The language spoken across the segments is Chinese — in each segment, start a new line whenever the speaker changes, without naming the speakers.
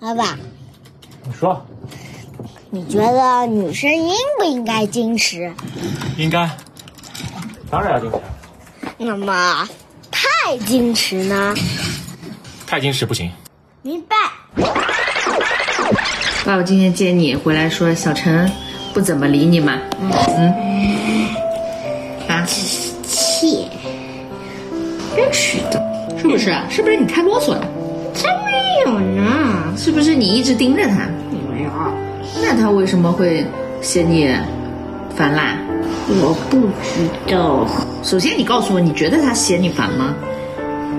老板，
你说，
你觉得女生应不应该矜持？
应该，当然要矜持，
那么太矜持呢？
太矜持不行。
明白。
爸爸今天接你回来说，小陈不怎么理你嘛，嗯，啊，
气，
真是的，是不是？是不是你太啰嗦了？
真没有呢。
是不是你啊一直盯着他？
没有，
那他为什么会嫌你烦啦？
我不知道。
首先，你告诉我，你觉得他嫌你烦吗？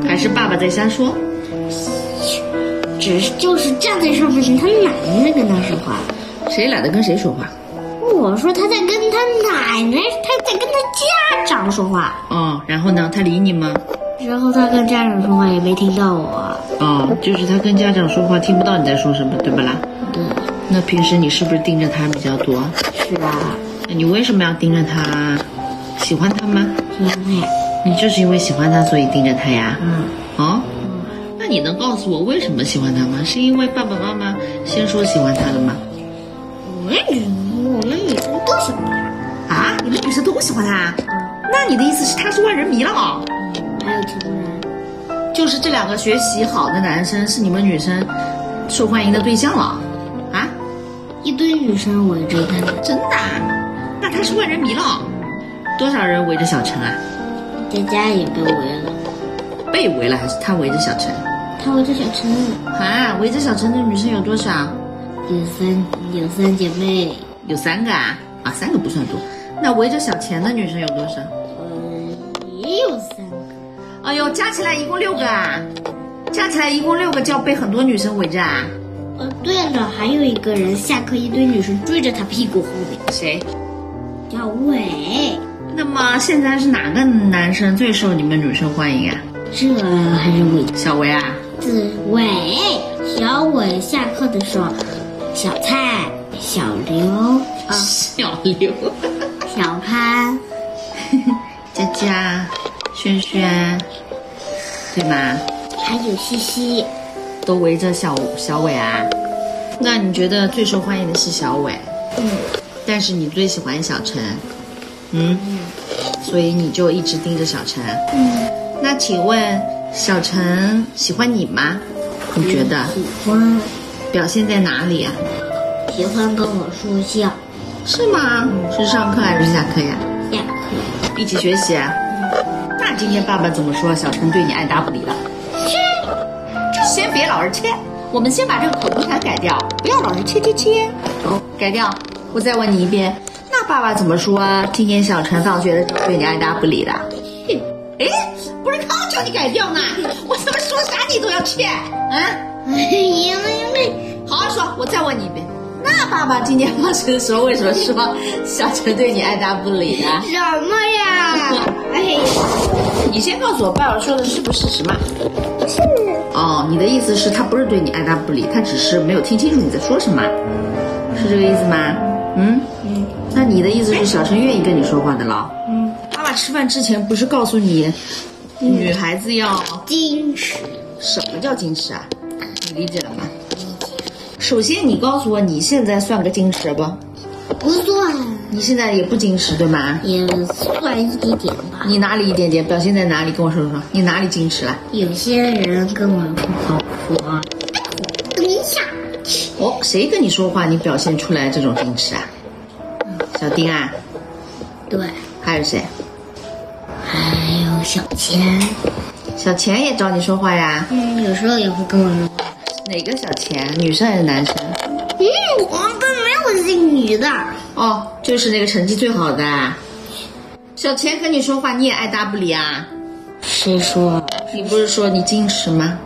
还是爸爸在瞎说？
只是就是站在上面，他奶奶跟他说话。
谁懒得跟谁说话？
我说他在跟他奶奶，他在跟他家长说话。
哦，然后呢？他理你吗？
然后他跟家长说话也没听到我。
哦，就是他跟家长说话听不到你在说什么，对不啦？
对，
那平时你是不是盯着他比较多？
是啊，
那你为什么要盯着他？喜欢他吗？
因为
你就是因为喜欢他，所以盯着他呀？
嗯，
哦，那你能告诉我为什么喜欢他吗？是因为爸爸妈妈先说喜欢他的吗？
我们女我们女生都喜欢他，
啊，你们女生都喜欢他？那你的意思是他是万人迷了哦？
还有其他人
就是这两个学习好的男生是你们女生受欢迎的对象了？啊，
一堆女生围着他，
真的啊？那他是万人迷了哦？多少人围着小陈啊？
在家也被围了。
被围了还是他围着小陈？
他围着小陈，
啊，围着小陈的女生有多少？
有三有三姐妹，
有三个啊？啊，三个不算多。那围着小钱的女生有多少？
嗯，也有三个。
哎呦，加起来一共六个啊！加起来一共六个，就要被很多女生围着啊？
哦，对了，还有一个人下课一堆女生追着他屁股后面，
谁？
叫伟。
那么现在是哪个男生最受你们女生欢迎啊？哎
这还是伟
小维啊？
子伟，小伟下课的时候，小蔡、小刘、啊、
小刘、
小潘，
佳佳、轩轩，对吗？
还有西西，
都围着小小伟啊？那你觉得最受欢迎的是小伟？
嗯，
但是你最喜欢小陈，嗯，所以你就一直盯着小陈。嗯，那请问小陈喜欢你吗？你觉得
喜欢
表现在哪里啊？
喜欢跟我说笑，
是吗？是上课还是下课呀？
下课
一起学习啊？那今天爸爸怎么说？小陈对你爱答不理了。先别老是切，我们先把这个口头禅改掉，不要老是切切切。哦，改掉。我再问你一遍，那爸爸怎么说？今天小陈放学的时候对你爱答不理的。哼哎，不是刚叫你改掉呢，我怎么说啥你都要切？啊，，
哎因为
好好说。我再问你一遍，那爸爸今天放学的时候为什么说小陈对你爱答不理呢？
什么 呀？哎，
你先告诉我，爸爸说的是不是实嘛？
是
哦，你的意思是，他不是对你爱答不理，他只是没有听清楚你在说什么，是这个意思吗？嗯嗯。那你的意思是，小陈愿意跟你说话的了？嗯。妈妈吃饭之前不是告诉你，女孩子要
矜持，
什么叫矜持啊？你理解了吗？首先，你告诉我你现在算个矜持不？
不算
你现在也不矜持对吗？
也算一点吧。
你哪里一点点表现在哪里？跟我说说，你哪里矜持了？
有些人跟我不好说，等一下，
哦，谁跟你说话，你表现出来这种矜持啊？小丁啊，
对，
还有谁？
还有小钱，
小钱也找你说话呀？
嗯，有时候也会跟我说话。
哪个小钱？女生还是男生？
嗯，我们班没有姓女的。
哦，就是那个成绩最好的啊。小钱跟你说话，你也爱答不理啊？
谁说？
你不是说你矜持吗？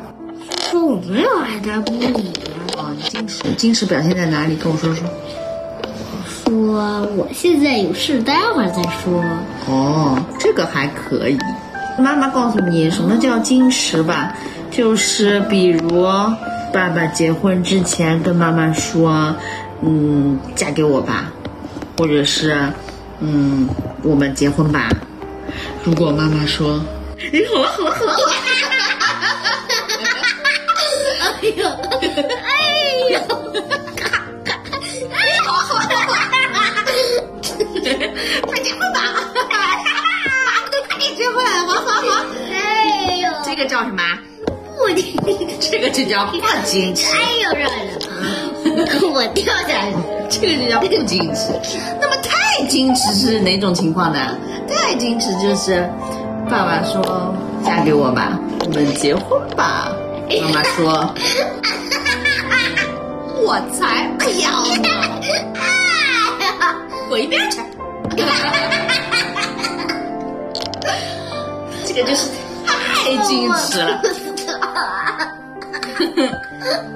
说我没有爱答不理啊。
哦，你矜持，矜持表现在哪里？跟我说说。
说我现在有事，待会儿再 说。
哦，这个还可以。妈妈告诉你，什么叫矜持吧，就是比如爸爸结婚之前跟妈妈说，嗯，嫁给我吧，或者是，嗯，我们结婚吧。如果妈妈说，哎，好啊，好啊，好啊，
哎呦，哎 哎
这叫不矜持，
哎呦，热了，我掉下去了。
这个就叫不矜持。那么太矜持是哪种情况呢？太矜持就是，爸爸说嫁给我吧，我们结婚吧。妈妈说， 我才不要呢，滚一边去。这个就是太矜持了。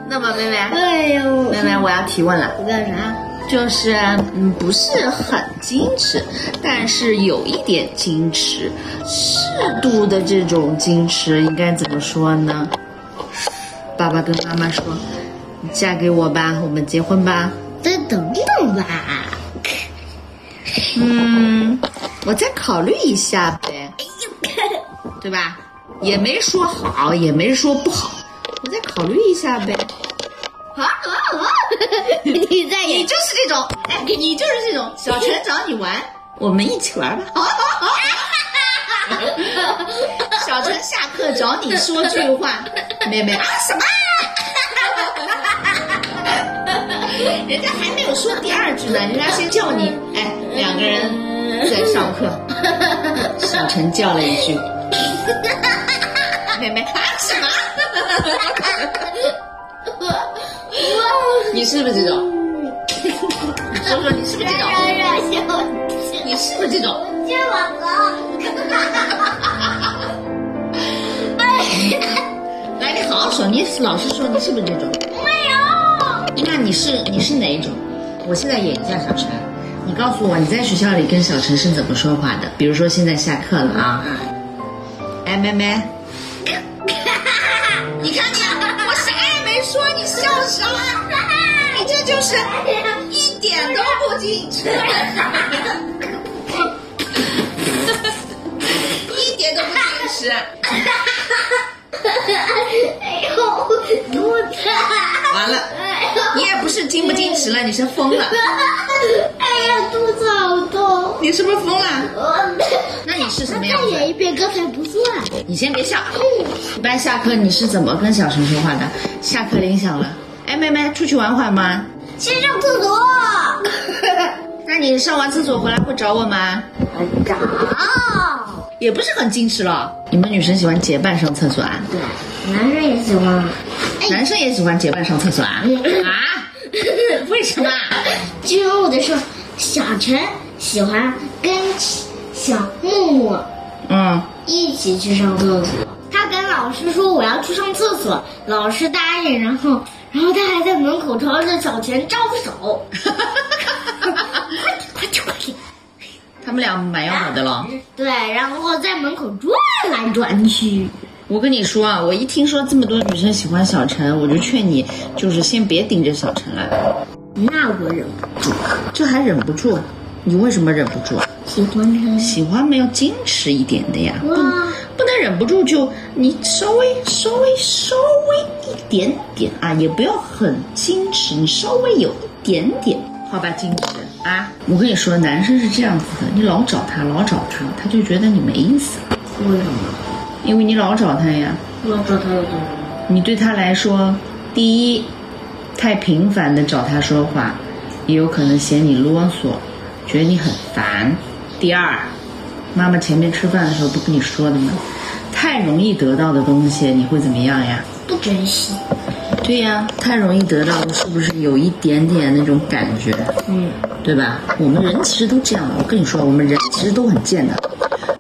那么妹妹，
哎呦，
妹妹，我要提问了。
你干啥？
就是嗯，不是很矜持，但是有一点矜持，适度的这种矜持应该怎么说呢？爸爸跟妈妈说：“你嫁给我吧，我们结婚吧。
再等等吧。”
嗯，我再考虑一下呗，
哎
对吧？也没说好，也没说不好，我再考虑一下呗。啊啊啊！
你再
你
演，
就是这种，哎，你就是这种。小陈找你玩，我们一起玩吧。好好好。小陈下课找你说句话，妹妹啊什么？人家还没有说第二句呢，人家先叫你，哎，两个人在上课。小陈叫了一句，妹妹啊什么？你是不是这 种？你说说你是不是这种？
热笑，
你是不是这种？
接我
来，你好好说，你老实说，你是不是这种？没有。那你是你是哪一种？我现在演一下小陈，你告诉我你在学校里跟小陈是怎么说话的？比如说现在下课了啊，哎，妹妹，你看你，我啥也没说，你笑什么？你这就是一点都不矜持，一点都不矜持。
哎呦，肚子，
完了，
哎呦，
你也不是矜不矜持了，你是疯了，
哎呀，肚子好痛。
你是不是疯了？
我
那你是什么样
再
子？
演一遍，刚才不算。
你先别笑。啊一般下课你是怎么跟小陈说话的？下课铃响了，哎，妹妹，出去玩会儿吗？
先上厕所。
那你上完厕所回来会找我吗？
哦，
也不是很矜持了。你们女生喜欢结伴上厕所啊？
对，男生也喜欢。
男生也喜欢结伴上厕所啊？啊？ 为什么？啊
据我的说，小陈喜欢跟小木木
嗯，
一起去上厕所。他跟老师说我要去上厕所，老师答应，然后，然后他还在门口朝着小陈招手。快点，快点，快点！
他们俩蛮要好的了。
对，然后在门口转来转去。
我跟你说啊，我一听说这么多女生喜欢小陈，我就劝你，就是先别盯着小陈了，
那我忍不
这还忍不住。你为什么忍不住啊？
住，喜欢他。
喜欢没有矜持一点的呀？
哇，
不能忍不住就你稍微稍微稍微一点点啊，也不要很矜持，你稍微有一点点，好吧，矜持啊！我跟你说，男生是这样子的，你老找他，老找他，他就觉得你没意思了，
为什么？
因为你老找他呀。
我找他有什么？
你对他来说，第一，太频繁的找他说话，也有可能嫌你啰嗦，觉得你很烦；第二，妈妈前面吃饭的时候不跟你说的吗？太容易得到的东西，你会怎么样呀？
不珍惜。
对呀，太容易得到的，是不是有一点点那种感觉？
嗯，
对吧？我们人其实都这样的。我跟你说，我们人其实都很贱的，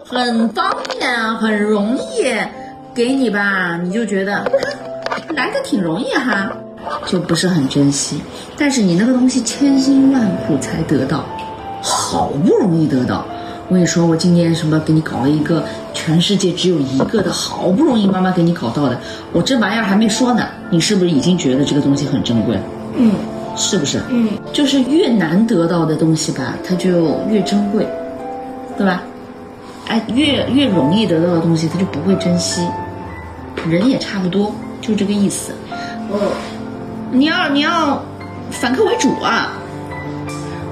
很方便，啊很容易给你吧，你就觉得哼来的挺容易哈，就不是很珍惜。但是你那个东西千辛万苦才得到，好不容易得到。我跟你说，我今年什么给你搞了一个全世界只有一个的，好不容易妈妈给你搞到的，我这玩意儿还没说呢，你是不是已经觉得这个东西很珍贵？
嗯
是不是？
嗯，
就是越难得到的东西吧，它就越珍贵，对吧？哎，越越容易得到的东西，他就不会珍惜。人也差不多，就这个意思。
哦，
你要你要反客为主啊！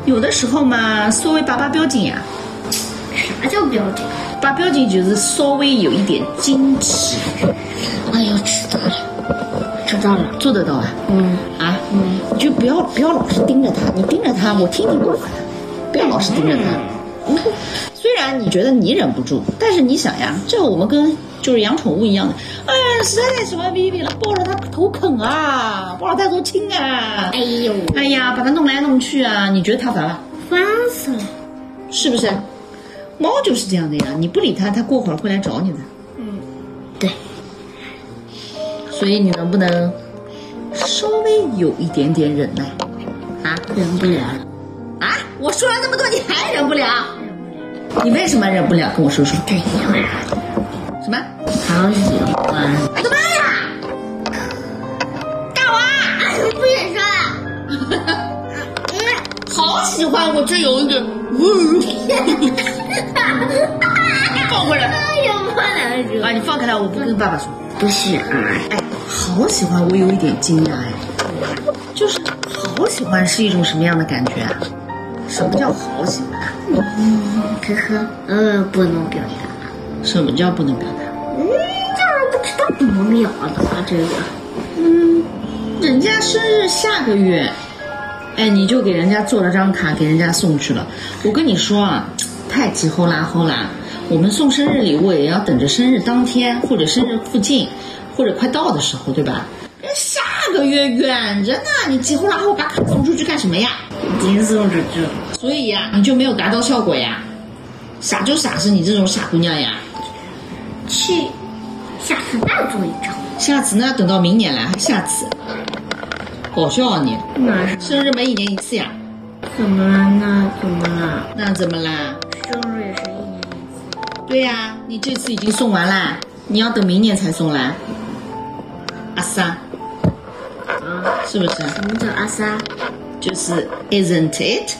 有的时候嘛，稍微把把标紧呀、
啥叫标准？
把标紧就是稍微有一点矜持。
哎呦，知道了。知道了。
做得到啊？
嗯
啊，
嗯，
你就不要不要老是盯着他，你盯着他，我听你不烦，不要老是盯着他。嗯虽然你觉得你忍不住，但是你想呀，这我们跟就是养宠物一样的，哎呀，实在太喜欢 Vivi 了，抱着他头啃啊，抱着他头亲啊
哎，呦，
哎呀，把它弄来弄去啊，你觉得它烦吧？
烦死了。
是不是？猫就是这样的呀，你不理它，它过会儿会来找你的。
嗯，对，
所以你能不能稍微有一点点忍耐啊？
忍不了了。
啊！我说了那么多，你还忍不了？你为什么忍不了？跟我说说。
对呀，
什么？
好喜欢。
哎呀妈呀！
大娃，不许说了。嗯
好喜欢，我这有一点，放回来
哎呀，不能说。
啊！你放开它，我不跟爸爸说。
不是啊，
哎，好喜欢，我有一点惊讶哎，就是好喜欢是一种什么样的感觉啊？什么叫好喜欢啊？
呵呵，呃，不能表达。
什么叫不能表达？
嗯，就是不知道怎么表达这个。
人家生日下个月，哎，你就给人家做了张卡，给人家送去了。我跟你说啊，太急吼啦吼啦！我们送生日礼物也要等着生日当天，或者生日附近，或者快到的时候，对吧？人家下个月远着呢，你急吼啦吼把卡送出去干什么呀？
已经送出去了。
所以呀、你就没有达到效果呀。傻就傻是你这种傻姑娘呀。
去，下次再做一张。
下次呢，等到明年来，还下次。搞笑啊你！
那是
生日没一年一次呀，
怎么了？那怎么了？
那怎么啦？
生日也是一年一次。
对呀、你这次已经送完啦，你要等明年才送啦。阿三，
啊，
是不是？
什么叫阿三？
就是 isn't it？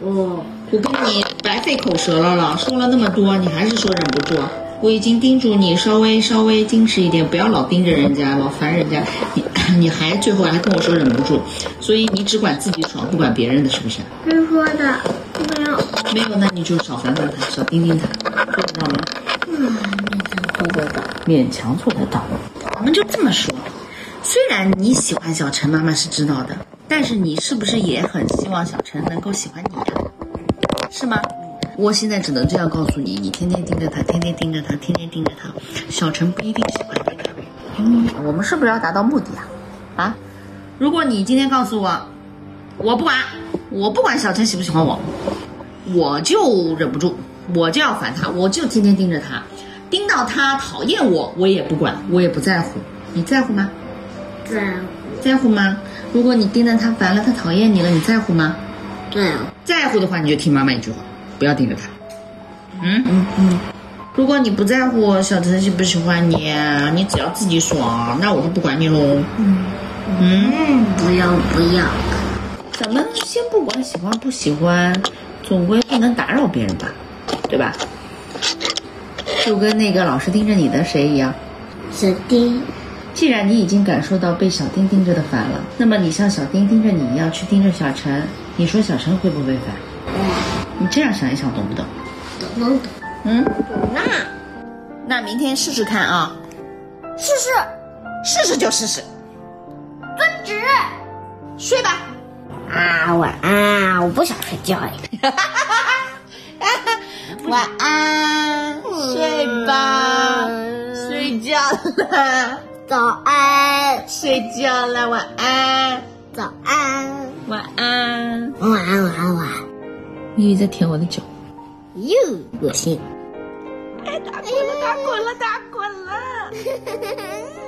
哦，
我跟你白费口舌了了，说了那么多，你还是说忍不住。我已经叮嘱你稍微稍微矜持一点，不要老盯着人家，老烦人家。你 你还最后还跟我说忍不住，所以你只管自己爽，不管别人的，是不是？
谁说的？没有。
没有，那你就少烦烦他，少盯盯他，做得到吗？
做得到。
勉强做得到。我们就这么说，虽然你喜欢小陈，妈妈是知道的，但是你是不是也很希望小陈能够喜欢你呀、是吗？我现在只能这样告诉你，你天天盯着他，天天盯着他，天天盯着他，小陈不一定喜欢你的。我们是不是要达到目的啊？啊？如果你今天告诉我，我不管，我不管小陈喜不喜欢我，我就忍不住，我就要烦他，我就天天盯着他，盯到他讨厌我，我也不管，我也不在乎。你在乎吗？
在
在乎吗？如果你盯着他烦了，他讨厌你了，你在乎吗？
对啊，
在乎的话，你就听妈妈一句话，不要盯着他。嗯嗯嗯。如果你不在乎小陈喜不喜欢你，你只要自己爽，那我就不管你喽。
嗯，不要不要，
咱们先不管喜欢不喜欢，总归不能打扰别人吧，对吧？就跟那个老是盯着你的谁一样。
小丁，
既然你已经感受到被小丁盯着的烦了，那么你像小丁盯着你一样去盯着小陈，你说小陈会不会烦？你这样想一想，懂不懂？
懂能懂？
嗯，
懂啦，
那明天试试看啊，
试试
试试就试试，
遵旨。
睡吧。
啊，晚安，我不想睡觉哎。
晚安，睡吧，睡 觉了，
早安，
睡觉了，晚安，
早安，
晚安。
晚安，晚安，晚安。
咪咪在舔我的脚。
哟，恶心！哎，打滚了，打滚了，打滚了！